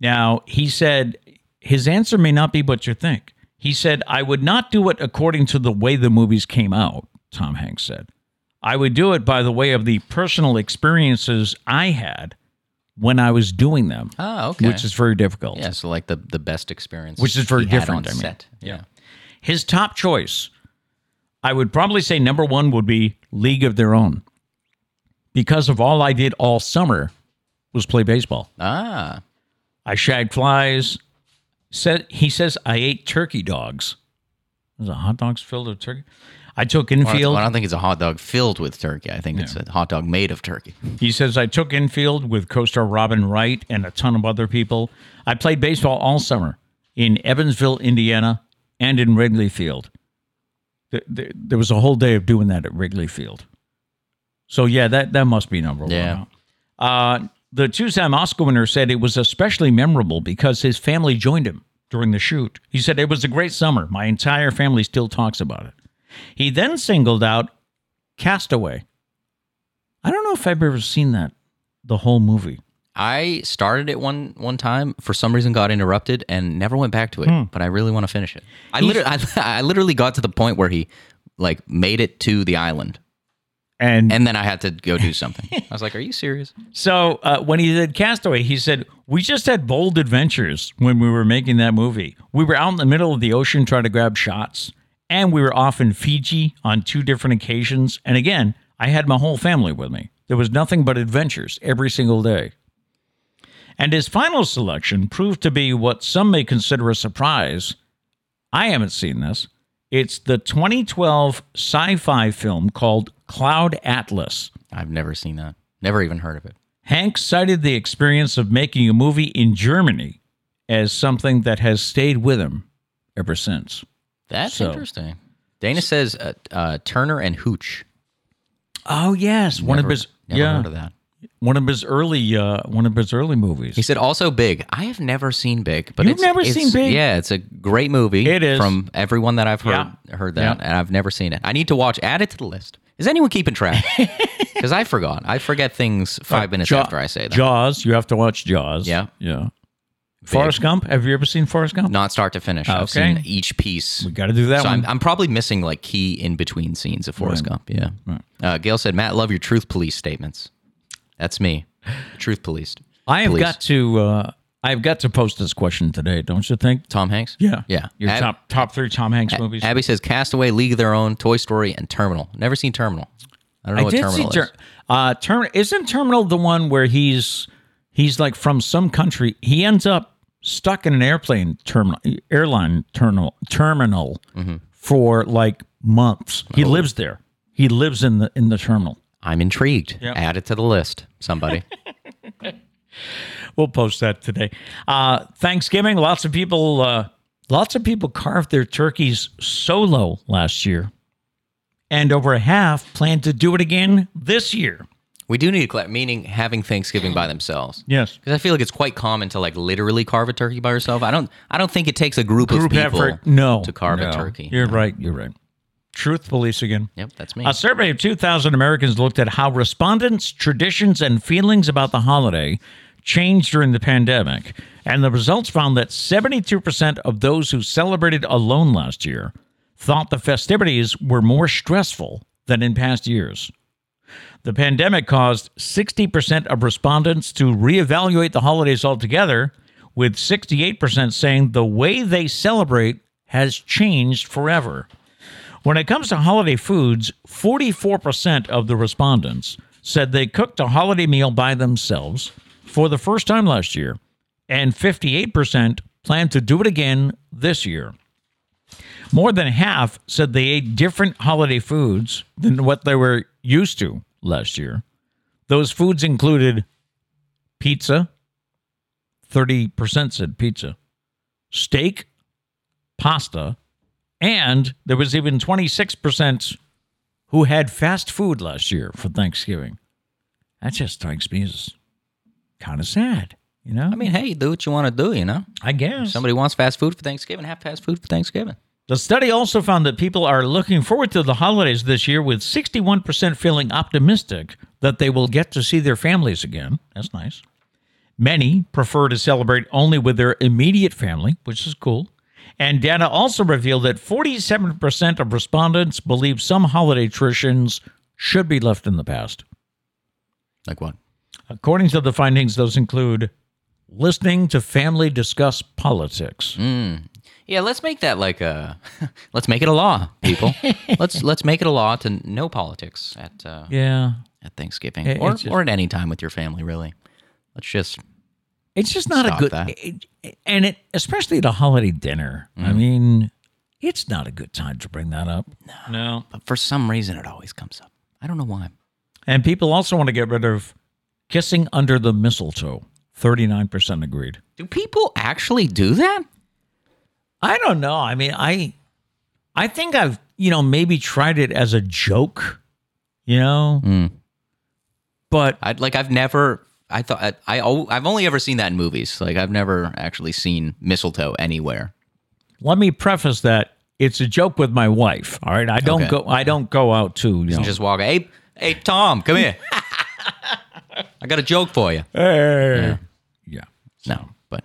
Now he said his answer may not be what you think. He said, "I would not do it according to the way the movies came out." Tom Hanks said. I would do it by the way of the personal experiences I had when I was doing them, Oh, okay. which is very difficult. yeah, so like the the best experience, Ah, Which is very he had different, on I mean. set. Yeah. His top choice, I would probably say number one would be League of Their Own, because of all I did all summer was play baseball. Ah, I shagged flies. Said he says I ate turkey dogs. Was it hot dogs filled with turkey? I took well, I don't- infield. I don't think it's a hot dog filled with turkey. I think it's a hot dog made of turkey. He says, I took infield with co star Robin Wright and a ton of other people. I played baseball all summer in Evansville, Indiana, and in Wrigley Field. Th- th- There was a whole day of doing that at Wrigley Field. So, yeah, that, that must be number Yeah. one. Uh, the two time Oscar winner said it was especially memorable because his family joined him during the shoot. He said, It was a great summer. My entire family still talks about it. He then singled out Castaway. I don't know if I've ever seen that, the whole movie. I started it one one time for some reason got interrupted and never went back to Hmm. it. But I really want to finish it. I literally I, I literally got to the point where he like made it to the island And, and then I had to go do something. I was like, "Are you serious?" so uh, when he did Castaway, he said, We just had bold adventures when we were making that movie. We were out in the middle of the ocean trying to grab shots, and we were off in Fiji on two different occasions. And again, I had my whole family with me. There was nothing but adventures every single day. And his final selection proved to be what some may consider a surprise. I haven't seen this. It's the 2012 sci fi film called Cloud Atlas. I've never seen that. Never even heard of it. Hank cited the experience of making a movie in Germany as something that has stayed with him ever since. That's So- interesting. Dana says uh, uh, Turner and Hooch. Oh yes, one Never, of his never yeah, heard of that. one of his early uh, one of his early movies. He said also Big. I have never seen Big, but You've it's, never it's- seen Big? Yeah, it's a great movie. It is. from everyone that I've heard Yeah. heard that, and I've never seen it. I need to watch. Add it to the list. Is anyone keeping track? Because I forgot. I forget things five minutes Jaw- after I say them. Jaws, you have to watch Jaws. Yeah. yeah. Forrest Gump. Have you ever seen Forrest Gump? Not start to finish. I've Okay. seen each piece. We got to do that so one. I'm, I'm probably missing like key in between scenes of Forrest Gump. Yeah. Uh, Gail said, Matt, love your truth police statements. That's me. Truth policed. I have Police. got to. Uh, I've got to post this question today. Don't you think? Tom Hanks? Yeah. Your Ab- top top three Tom Hanks movies. Abby says Castaway, League of Their Own, Toy Story, and Terminal. Never seen Terminal. I don't know I what did Terminal see Ter- is. uh, Terminal. Isn't Terminal the one where he's he's like from some country? He ends up stuck in an airplane terminal, airline terminal, terminal Mm-hmm. for like months. He Oh. lives there. He lives in the in the terminal. I'm intrigued. Add it to the list, somebody. We'll post that today. Uh, Thanksgiving. Lots of people. Uh, lots of people carved their turkeys solo last year, and over half plan to do it again this year. we do need to clar- meaning having Thanksgiving by themselves. Yes. Because I feel like it's quite common to like literally carve a turkey by yourself. I don't. I don't think it takes a group, group of people effort. No, to carve No. a turkey. You're right. You're right. Truth police again. Yep, that's me. A survey of 2,000 Americans looked at how respondents' traditions and feelings about the holiday changed during the pandemic, and the results found that 72% of those who celebrated alone last year thought the festivities were more stressful than in past years. The pandemic caused 60% of respondents to reevaluate the holidays altogether, with 68% saying the way they celebrate has changed forever. When it comes to holiday foods, 44% of the respondents said they cooked a holiday meal by themselves for the first time last year, and 58% plan to do it again this year. More than half said they ate different holiday foods than what they were used to last year. Those foods included pizza, 30% said pizza, steak, pasta, and there was even 26% who had fast food last year for Thanksgiving. That just strikes me as kind of sad, you know? I mean, hey, do what you want to do, you know? I guess. Somebody wants fast food for Thanksgiving, have fast food for Thanksgiving. The study also found that people are looking forward to the holidays this year, with 61% feeling optimistic that they will get to see their families again. That's nice. Many prefer to celebrate only with their immediate family, which is cool. And data also revealed that 47% of respondents believe some holiday traditions should be left in the past. Like what? According to the findings, those include listening to family discuss politics. Yeah, let's make that like a let's make it a law, people. let's let's make it a law to no politics at uh, Yeah. at Thanksgiving It- or it's just- or at any time with your family, really. Let's just It's just not a Stop good, that. it- it- and it especially the holiday dinner. I mean, it's not a good time to bring that up. No. but for some reason it always comes up. I don't know why. and people also want to get rid of kissing under the mistletoe. Thirty-nine percent agreed. Do people actually do that? I don't know. I mean, I, I think I've you know maybe tried it as a joke, you know, but I like I've never I thought I, I al- I've only ever seen that in movies. Like I've never actually seen mistletoe anywhere. let me preface that it's a joke with my wife. All right, I don't Okay. go. I don't go out to you know, And just walk, hey, hey, Tom, come here. I got a joke for you. "Hey." yeah. No, but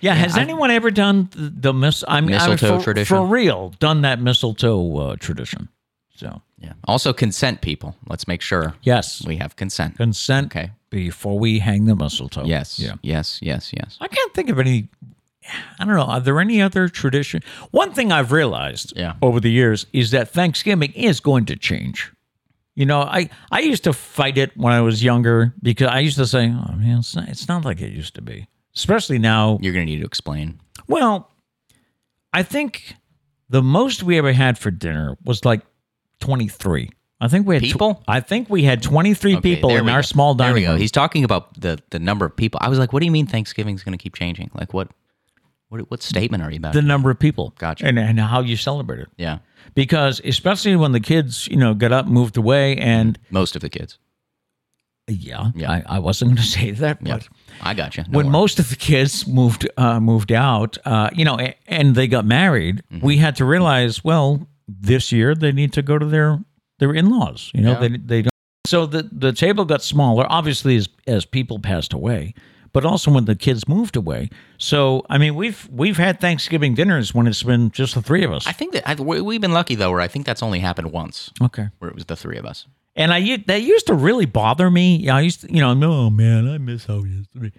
Yeah, has anyone ever done th- the mis- I mean, I- Mistletoe for, tradition? for real? Done that mistletoe uh, tradition? So yeah. Also, consent, people. Let's make sure yes, we have consent. consent Okay. before we hang the mistletoe. Yes. Yeah. Yes. Yes. Yes. I can't think of any. I don't know. Are there any other tradition? One thing I've realized Yeah. over the years is that Thanksgiving is going to change. You know, I, I used to fight it when I was younger because I used to say, oh, man, it's not, it's not like it used to be. Especially now You're gonna need to explain. Well, I think the most we ever had for dinner was like 23. I think we had tw- People? I think we had 23 Okay, people there in we our go. small There we dining go. room. He's talking about the the number of people. I was like, what do you mean Thanksgiving's gonna keep changing? Like what? What what statement are you about? The number of people. Gotcha. And, and how you celebrate it. yeah. Because especially when the kids, you know, got up, moved away, and Most of the kids. yeah, Yeah. I, I wasn't going to say that, Yeah. but I got you. when most of the kids moved uh, moved out, uh, you know, a- and they got married, Mm-hmm. we had to realize, well, this year they need to go to their their in laws. You know, Yeah. they they don't. So the the table got smaller, obviously, as as people passed away, but also when the kids moved away. So I mean, we've we've had Thanksgiving dinners when it's been just the three of us. I think that I, we- we've been lucky though, where I think that's only happened once, okay. where it was the three of us. And I u- that used to really bother me. Yeah, I used to, you know, no man, I miss how it used to be.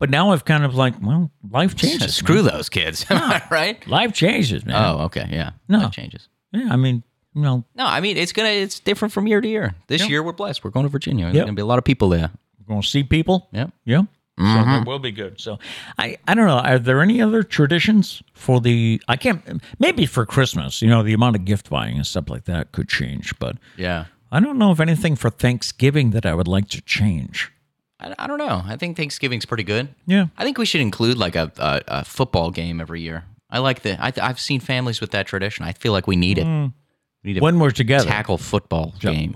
But now I've kind of like, well, life changes. Screw those kids, am I right? Life changes, man. Oh, okay, yeah. No. Life changes. Yeah, I mean, you know, No, I mean it's gonna it's different from year to year. This year we're blessed. We're going to Virginia. There's Yep. gonna be a lot of people there. we're going to see people. Yep. Yeah. So Mm-hmm. that will be good. So I, I don't know. Are there any other traditions for the, I can't, maybe for Christmas, you know, the amount of gift buying and stuff like that could change. But Yeah. I don't know of anything for Thanksgiving that I would like to change. I, I don't know. I think Thanksgiving's pretty good. Yeah. I think we should include like a, a, a football game every year. I like the. I, I've seen families with that tradition. I feel like we need it. Mm. We need a When we're together. tackle football game.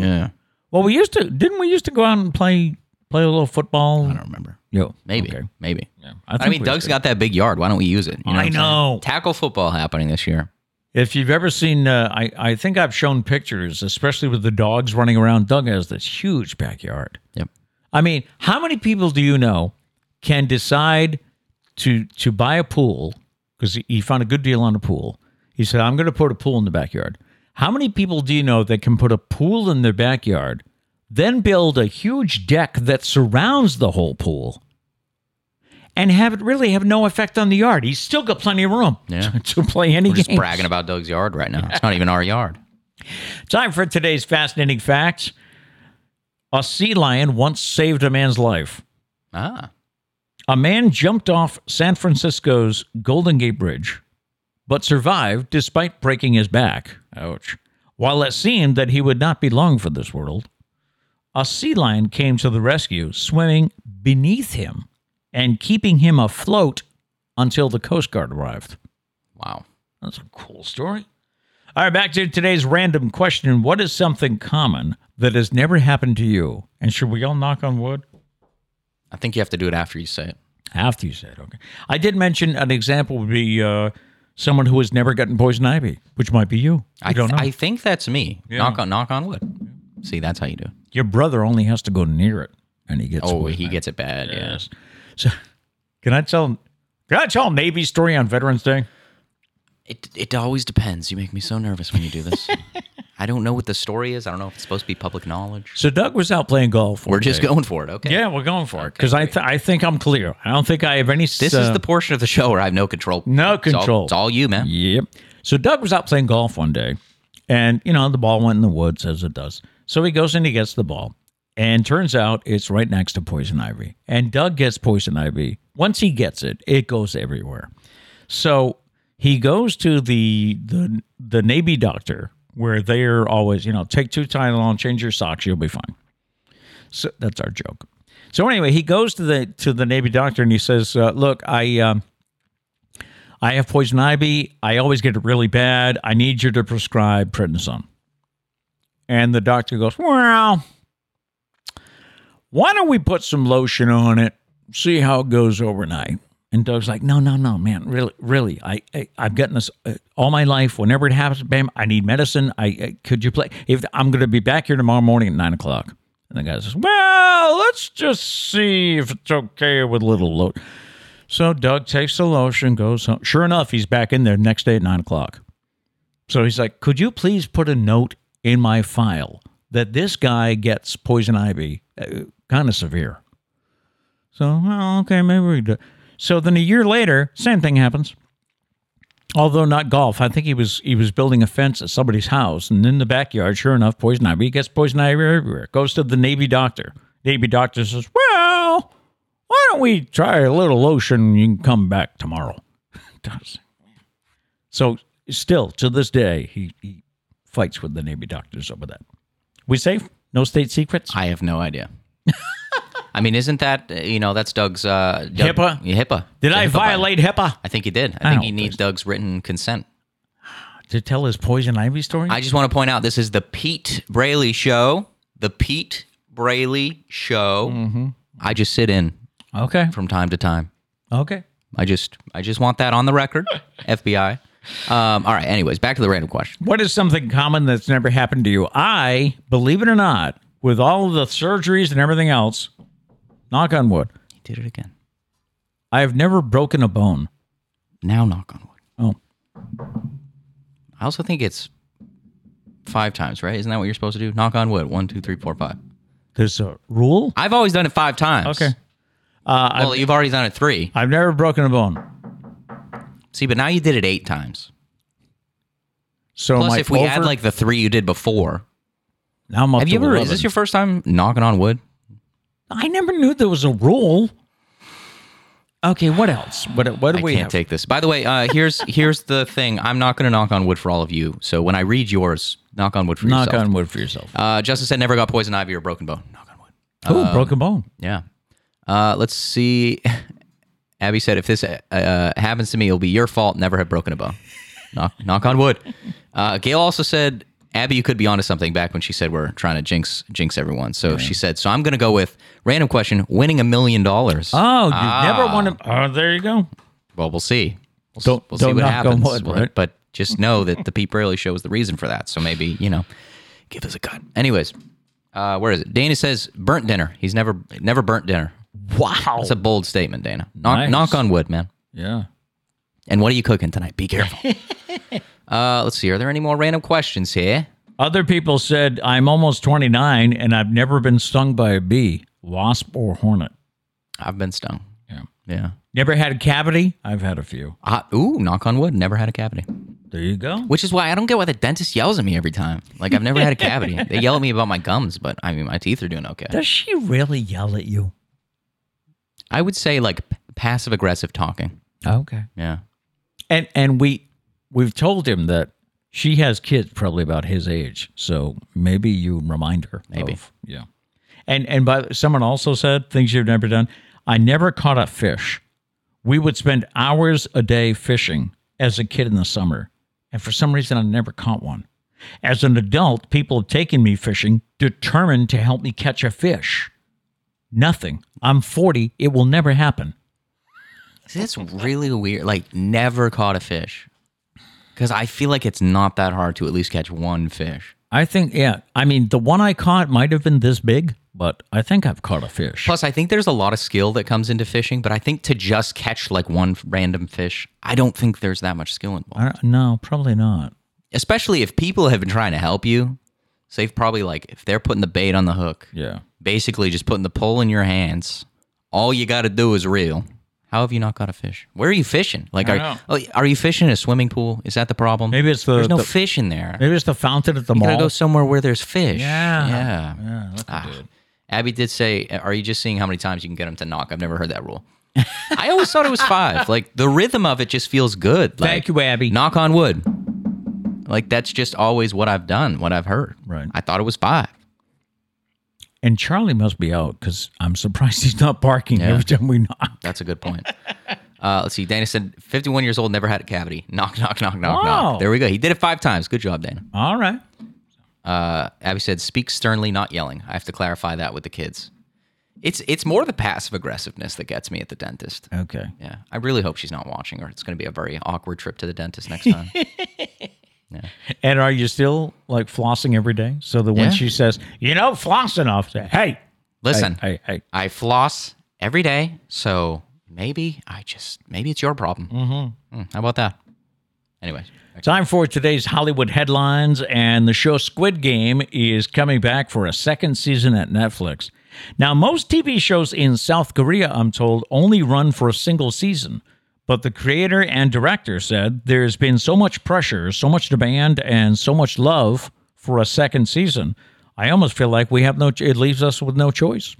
Yeah. Well, we used to, didn't we used to go out and play, play a little football? I don't remember. Yo, Maybe. okay. Maybe. I, I think mean, we Doug's should. got that big yard. Why don't we use it? You what I I'm saying? know. Tackle football happening this year. If you've ever seen, uh, I, I think I've shown pictures, especially with the dogs running around. Doug has this huge backyard. Yep. I mean, how many people do you know can decide to to buy a pool because he, he found a good deal on a pool? He said, "I'm going to put a pool in the backyard." How many people do you know that can put a pool in their backyard, then build a huge deck that surrounds the whole pool, and have it really have no effect on the yard? He's still got plenty of room Yeah. to, to play any We're just game. bragging about Doug's yard right now. It's not even our yard. Time for today's fascinating facts. A sea lion once saved a man's life. Ah. A man jumped off San Francisco's Golden Gate Bridge, but survived despite breaking his back. Ouch. While it seemed that he would not be long for this world, a sea lion came to the rescue, swimming beneath him and keeping him afloat until the Coast Guard arrived. Wow. That's a cool story. All right, back to today's random question. What is something common that has never happened to you? And should we all knock on wood? I think you have to do it after you say it. After you said, okay. I did mention an example would be uh, someone who has never gotten poison ivy, which might be you. I I don't know. I think that's me. Knock on knock on wood. See, that's how you do it. Your brother only has to go near it and he gets Oh, poison he ivy. gets it bad. Yeah. Yes. So, can I tell? Can I tell Navy's story on Veterans Day? It it always depends. You make me so nervous when you do this. I don't know what the story is. I don't know if it's supposed to be public knowledge. So Doug was out playing golf. We're just going for it. Okay. Yeah, we're going for it because I th- I think I'm clear. I don't think I have any. This is the portion of the show where I have no control. uh, No It's all- control. It's all, you, man. Yep. So Doug was out playing golf one day, and you know the ball went in the woods as it does. So he goes and he gets the ball, and turns out it's right next to poison ivy. And Doug gets poison ivy. Once he gets it, it goes everywhere. So he goes to the the the Navy doctor where they're always, you know, take two Tylenol, change your socks, you'll be fine. So that's our joke. So anyway, he goes to the to the Navy doctor and he says, uh, "Look, I." Um, I have poison ivy. I always get it really bad. I need you to prescribe prednisone. And the doctor goes, Well, why don't we put some lotion on it, see how it goes overnight? And Doug's like, No, no, no, man, really, really. I, I I've gotten this uh, all my life. Whenever it happens, bam, I need medicine. I, I could you play? If I'm going to be back here tomorrow morning at nine o'clock. And the guy says, Well, let's just see if it's okay with a little lotion. So Doug takes the lotion, goes home. Sure enough, he's back in there next day at nine o'clock. So he's like, Could you please put a note in my file that this guy gets poison ivy uh, kind of severe? So, well, okay, maybe we do. So then a year later, same thing happens. Although not golf, I think he was he was building a fence at somebody's house, and in the backyard, sure enough, poison ivy he gets poison ivy everywhere. Goes to the Navy doctor. Navy doctor says, "Well, why don't we try a little lotion? You can come back tomorrow. Does. so still to this day, he, he fights with the Navy doctors over that. We safe? No state secrets. I have no idea. I mean, isn't that uh, you know that's Doug's uh, Doug- HIPAA? Yeah, HIPAA. Did It's a I HIPAA violation. violate HIPAA I think he did. I I think don't he needs Doug's written consent. to tell his poison ivy story? I just want to point out this is the Pete Braley show. The Pete Braley show. Mm-hmm. I just sit in okay. from time to time. Okay. I just I just want that on the record, FBI. Um, all right. Anyways, back to the random question. What is something common that's never happened to you? I, believe it or not, with all of the surgeries and everything else, knock on wood, He did it again. I have never broken a bone. Now, knock on wood. Oh, I also think it's five times, right? Isn't that what you're supposed to do? Knock on wood. One, two, three, four, five. there's a rule? I've always done it five times. Okay. Uh, Well, you've already done it three. I've never broken a bone. See, but now you did it eight times. So Plus, my if we add over- like the three you did before, now I'm up have to you ever? 11. Is this your first time knocking on wood? I never knew there was a rule. Okay, what else? What what do I we can't have? take this. By the way, uh, here's here's the thing. I'm not going to knock on wood for all of you. So when I read yours, knock on wood for Knock yourself. on wood for yourself. Uh, Justin said never got poison ivy or broken bone. Knock on wood. oh, broken bone. Yeah. Uh, let's see. Abby said if this uh, uh, happens to me, it'll be your fault. Never have broken a bone. knock knock on wood. Uh, Gail also said Abby, you could be onto something back when she said we're trying to jinx jinx everyone. So she said, so I'm going to go with random question: winning a million dollars. Oh, you never want to. Oh, there you go. Ah. Well, we'll see. We'll, Don't- we'll don't see what knock on happens. wood, But- right? But just know that the Pete Braley show was the reason for that. So maybe, you know, give us a cut. Anyways, uh, where is it? Dana says burnt dinner. He's never never burnt dinner. Wow. That's a bold statement, Dana. Knock, Nice. knock on wood, man. yeah. And what are you cooking tonight? Be careful. uh, let's see. Are there any more random questions here? Other people said I'm almost 29 and I've never been stung by a bee, wasp or hornet. I've been stung. Yeah. Yeah. Never had a cavity. I've had a few. Uh, ooh, knock on wood. Never had a cavity. There you go. Which is why I don't get why the dentist yells at me every time. Like, I've never had a cavity. They yell at me about my gums, but I mean, my teeth are doing okay. Does she really yell at you? I would say like p- passive aggressive talking. Okay. Yeah. and and we we've told him that she has kids probably about his age so maybe you remind her Maybe. of- yeah and and by someone also said things you've never done I never caught a fish. We would spend hours a day fishing as a kid in the summer, and for some reason, I never caught one. As an adult, people have taken me fishing, determined to help me catch a fish. Nothing. I'm 40. It will never happen. See, that's really weird. Like, never caught a fish. Because I feel like it's not that hard to at least catch one fish. I think, yeah. I mean, the one I caught might have been this big, but I think I've caught a fish. Plus, I think there's a lot of skill that comes into fishing, but I think to just catch like one f- random fish, I don't think there's that much skill involved. I don't- no, probably not. Especially if people have been trying to help you. So they've probably like, if they're putting the bait on the hook, Yeah. basically just putting the pole in your hands, all you got to do is reel. How have you not got a fish? Where are you fishing? Like, I are, oh, are you fishing in a swimming pool? Is that the problem? Maybe it's the- there's no the- fish in there. Maybe it's the fountain at the You gotta mall. go somewhere where there's fish. Yeah. Yeah. Yeah, that's Ah. Abby did say, Are you just seeing how many times you can get them to knock? I've never heard that rule. I always thought it was five. Like the rhythm of it just feels good. Like, Thank you, Abby. Knock on wood. Like that's just always what I've done, what I've heard. Right. I thought it was five. and Charlie must be out because I'm surprised he's not barking every time we knock. That's a good point. uh, let's see. Dana said, 51 years old, never had a cavity. Knock, knock, knock, knock, Wow. knock. There we go. He did it five times. Good job, Dana. All right. Uh, Abby said, "Speak sternly, not yelling." I have to clarify that with the kids. It's it's more the passive aggressiveness that gets me at the dentist. Okay. Yeah, I really hope she's not watching, or it's going to be a very awkward trip to the dentist next time. And are you still like flossing every day? So that when Yeah. she says, you know, floss enough, say, hey, Listen, hey, hey, I floss every day, so maybe I just maybe it's your problem. Mm-hmm. how about that? Anyways, Time for today's Hollywood headlines, and the show Squid Game is coming back for a second season at Netflix. Now, most TV shows in South Korea, I'm told, only run for a single season. But the creator and director said there's been so much pressure, so much demand, and so much love for a second season. I almost feel like we have no, it leaves us with no choice.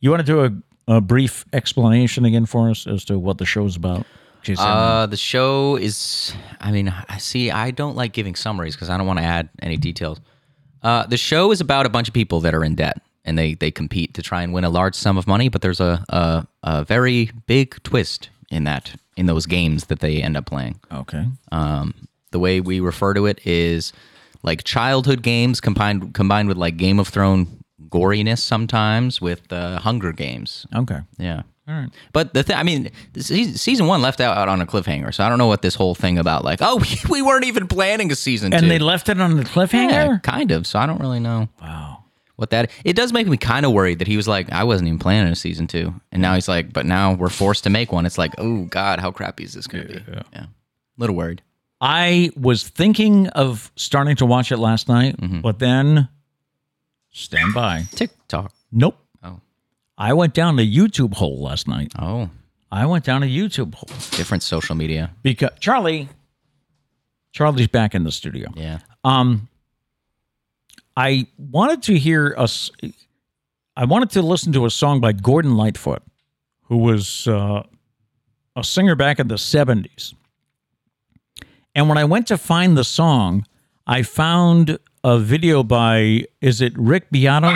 You want to do a, a brief explanation again for us as to what the show's about? She said, Uh, the show is. I mean, I see. I don't like giving summaries because I don't want to add any details. Uh, the show is about a bunch of people that are in debt and they they compete to try and win a large sum of money. But there's a a, a very big twist in that in those games that they end up playing. okay. Um, the way we refer to it is like childhood games combined combined with like Game of Thrones goriness sometimes with uh, Hunger Games. Okay. Yeah. All right. But the thing, I mean, se- season one left out, out on a cliffhanger, so I don't know what this whole thing about like, oh, we, we weren't even planning a season And two. they left it on the cliffhanger? yeah, kind of. So I don't really know Wow. what that. It does make me kind of worried that he was like, I wasn't even planning a season two, and now he's like, but now we're forced to make one. It's like, oh God, how crappy is this going to be? Yeah. Little worried. I was thinking of starting to watch it last night, but then stand by. TikTok. Nope. Oh. I went down a YouTube hole last night. Oh, I went down a YouTube hole different social media. because Charlie Charlie's back in the studio. Yeah. Um I wanted to hear us I wanted to listen to a song by Gordon Lightfoot, who was uh, a singer back in the 70s. And when I went to find the song, I found a video by, is it Rick Beato?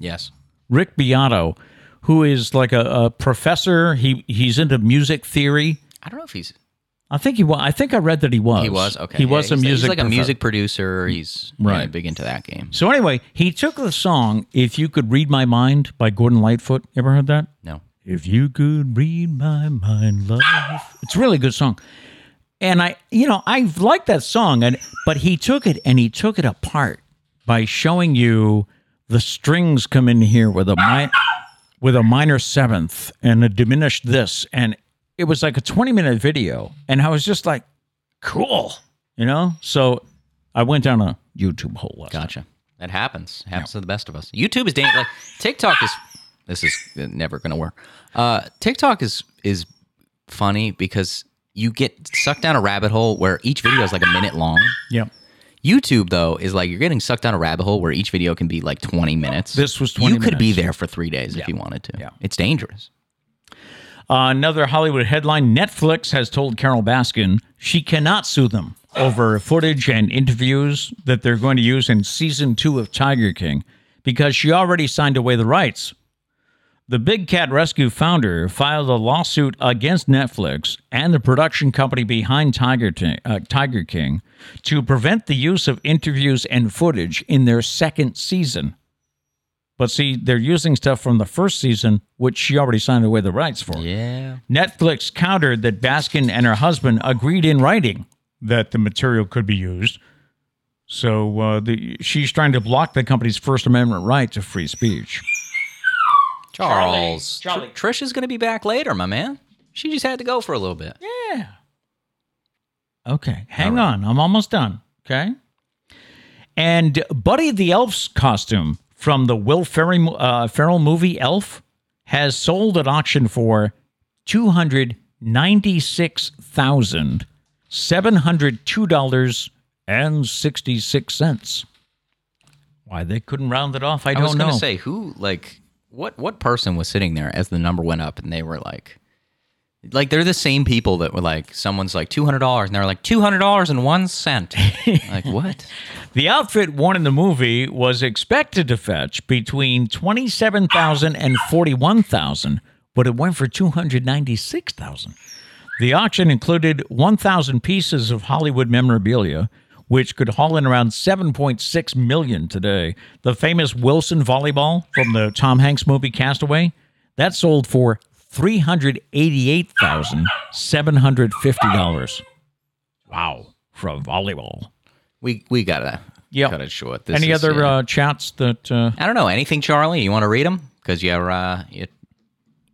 Yes. Rick Beato, who is like a, a professor. He He's into music theory. I don't know if he's I think he was. I think I read that he was. he was okay. He Yeah, was a he's like- music. He's like a profe- music producer. He's right Right. big into that game. So anyway, he took the song "If You Could Read My Mind" by Gordon Lightfoot. You ever heard that? No. If you could read my mind, love. It's a really good song. And I, you know, I like that song, and but he took it and he took it apart by showing you the strings come in here with a mi- with a minor seventh and a diminished this, and it was like a twenty minute video, and I was just like, cool, you know. So I went down a YouTube hole. last night. Gotcha. That happens. Happens to the best of us. YouTube is dang like TikTok is. This is never going to work. Uh, TikTok is is funny because you get sucked down a rabbit hole where each video is like a minute long. Yep. YouTube though is like you're getting sucked down a rabbit hole where each video can be like 20 minutes. This was 20 You could be minutes. there for three days if you wanted to. Yeah. It's dangerous. Another Hollywood headline Netflix has told Carol Baskin she cannot sue them over footage and interviews that they're going to use in season two of Tiger King because she already signed away the rights. The Big Cat Rescue founder filed a lawsuit against Netflix and the production company behind Tiger, Ti- uh, Tiger King to prevent the use of interviews and footage in their second season. But see, they're using stuff from the first season, which she already signed away the rights for. Yeah. Netflix countered that Baskin and her husband agreed in writing that the material could be used. So uh, the, she's trying to block the company's First Amendment right to free speech. Charles. Charlie, Tr- Trish is going to be back later, my man. She just had to go for a little bit. Yeah. Okay, hang on. I'm almost done. Okay. And Buddy the Elf's costume from the Will Ferry, uh, Ferrell movie Elf has sold at auction for two hundred ninety-six thousand seven hundred two dollars and sixty-six cents. Why they couldn't round it off? I I don't was know. going to say who like what what person was sitting there as the number went up and they were like like they're the same people that were like someone's like two hundred dollars and they're like two hundred dollars and one cent. like what? The outfit worn in the movie was expected to fetch between twenty-seven thousand and forty-one thousand, but it went for two hundred ninety-six thousand. The auction included one thousand pieces of Hollywood memorabilia, which could haul in around seven point six million today. The famous Wilson volleyball from the Tom Hanks movie Castaway that sold for three hundred eighty-eight thousand seven hundred fifty dollars. Wow, for a volleyball. We we gotta Yeah. cut it short. This Any is, other yeah. uh, chats that? Uh, I don't know anything, Charlie. You want to read them because you're uh you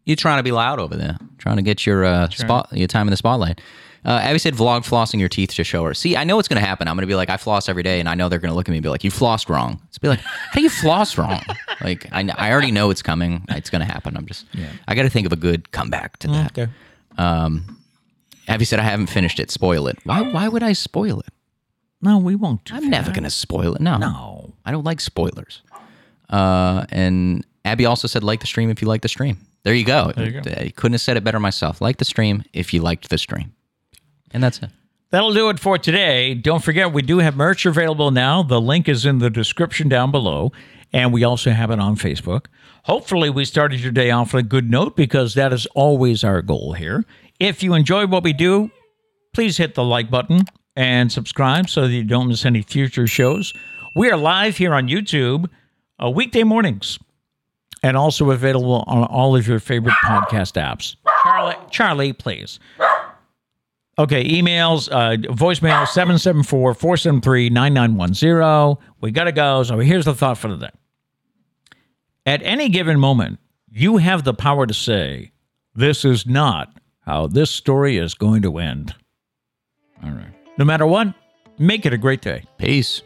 you're trying to be loud over there, trying to get your uh spot your time in the spotlight. Uh, Abby said, "Vlog flossing your teeth to show her." See, I know it's going to happen. I'm going to be like, I floss every day, and I know they're going to look at me and be like, "You flossed wrong." It's be like, "How do you floss wrong?" like, I, I already know it's coming. It's going to happen. I'm just, I got to think of a good comeback to that. okay. Abby said, "I haven't finished it. Spoil it. Why? Why would I spoil it? No, we won't. do I'm that. never going to spoil it. No, No. I don't like spoilers. Uh, and Abby also said, like the stream if you like the stream. There you go. There you go. I couldn't have said it better myself. Like the stream if you liked the stream. And that's it. That'll do it for today. Don't forget, we do have merch available now. The link is in the description down below, and we also have it on Facebook. Hopefully, we started your day off on a good note because that is always our goal here. If you enjoy what we do, please hit the like button and subscribe so that you don't miss any future shows. We are live here on YouTube uh, weekday mornings and also available on all of your favorite podcast apps. Charlie, Charlie, please. Okay, emails, uh, voicemail 774 473 9910. We got to go. So here's the thought for the day. At any given moment, you have the power to say, This is not how this story is going to end. All right. No matter what, make it a great day. Peace.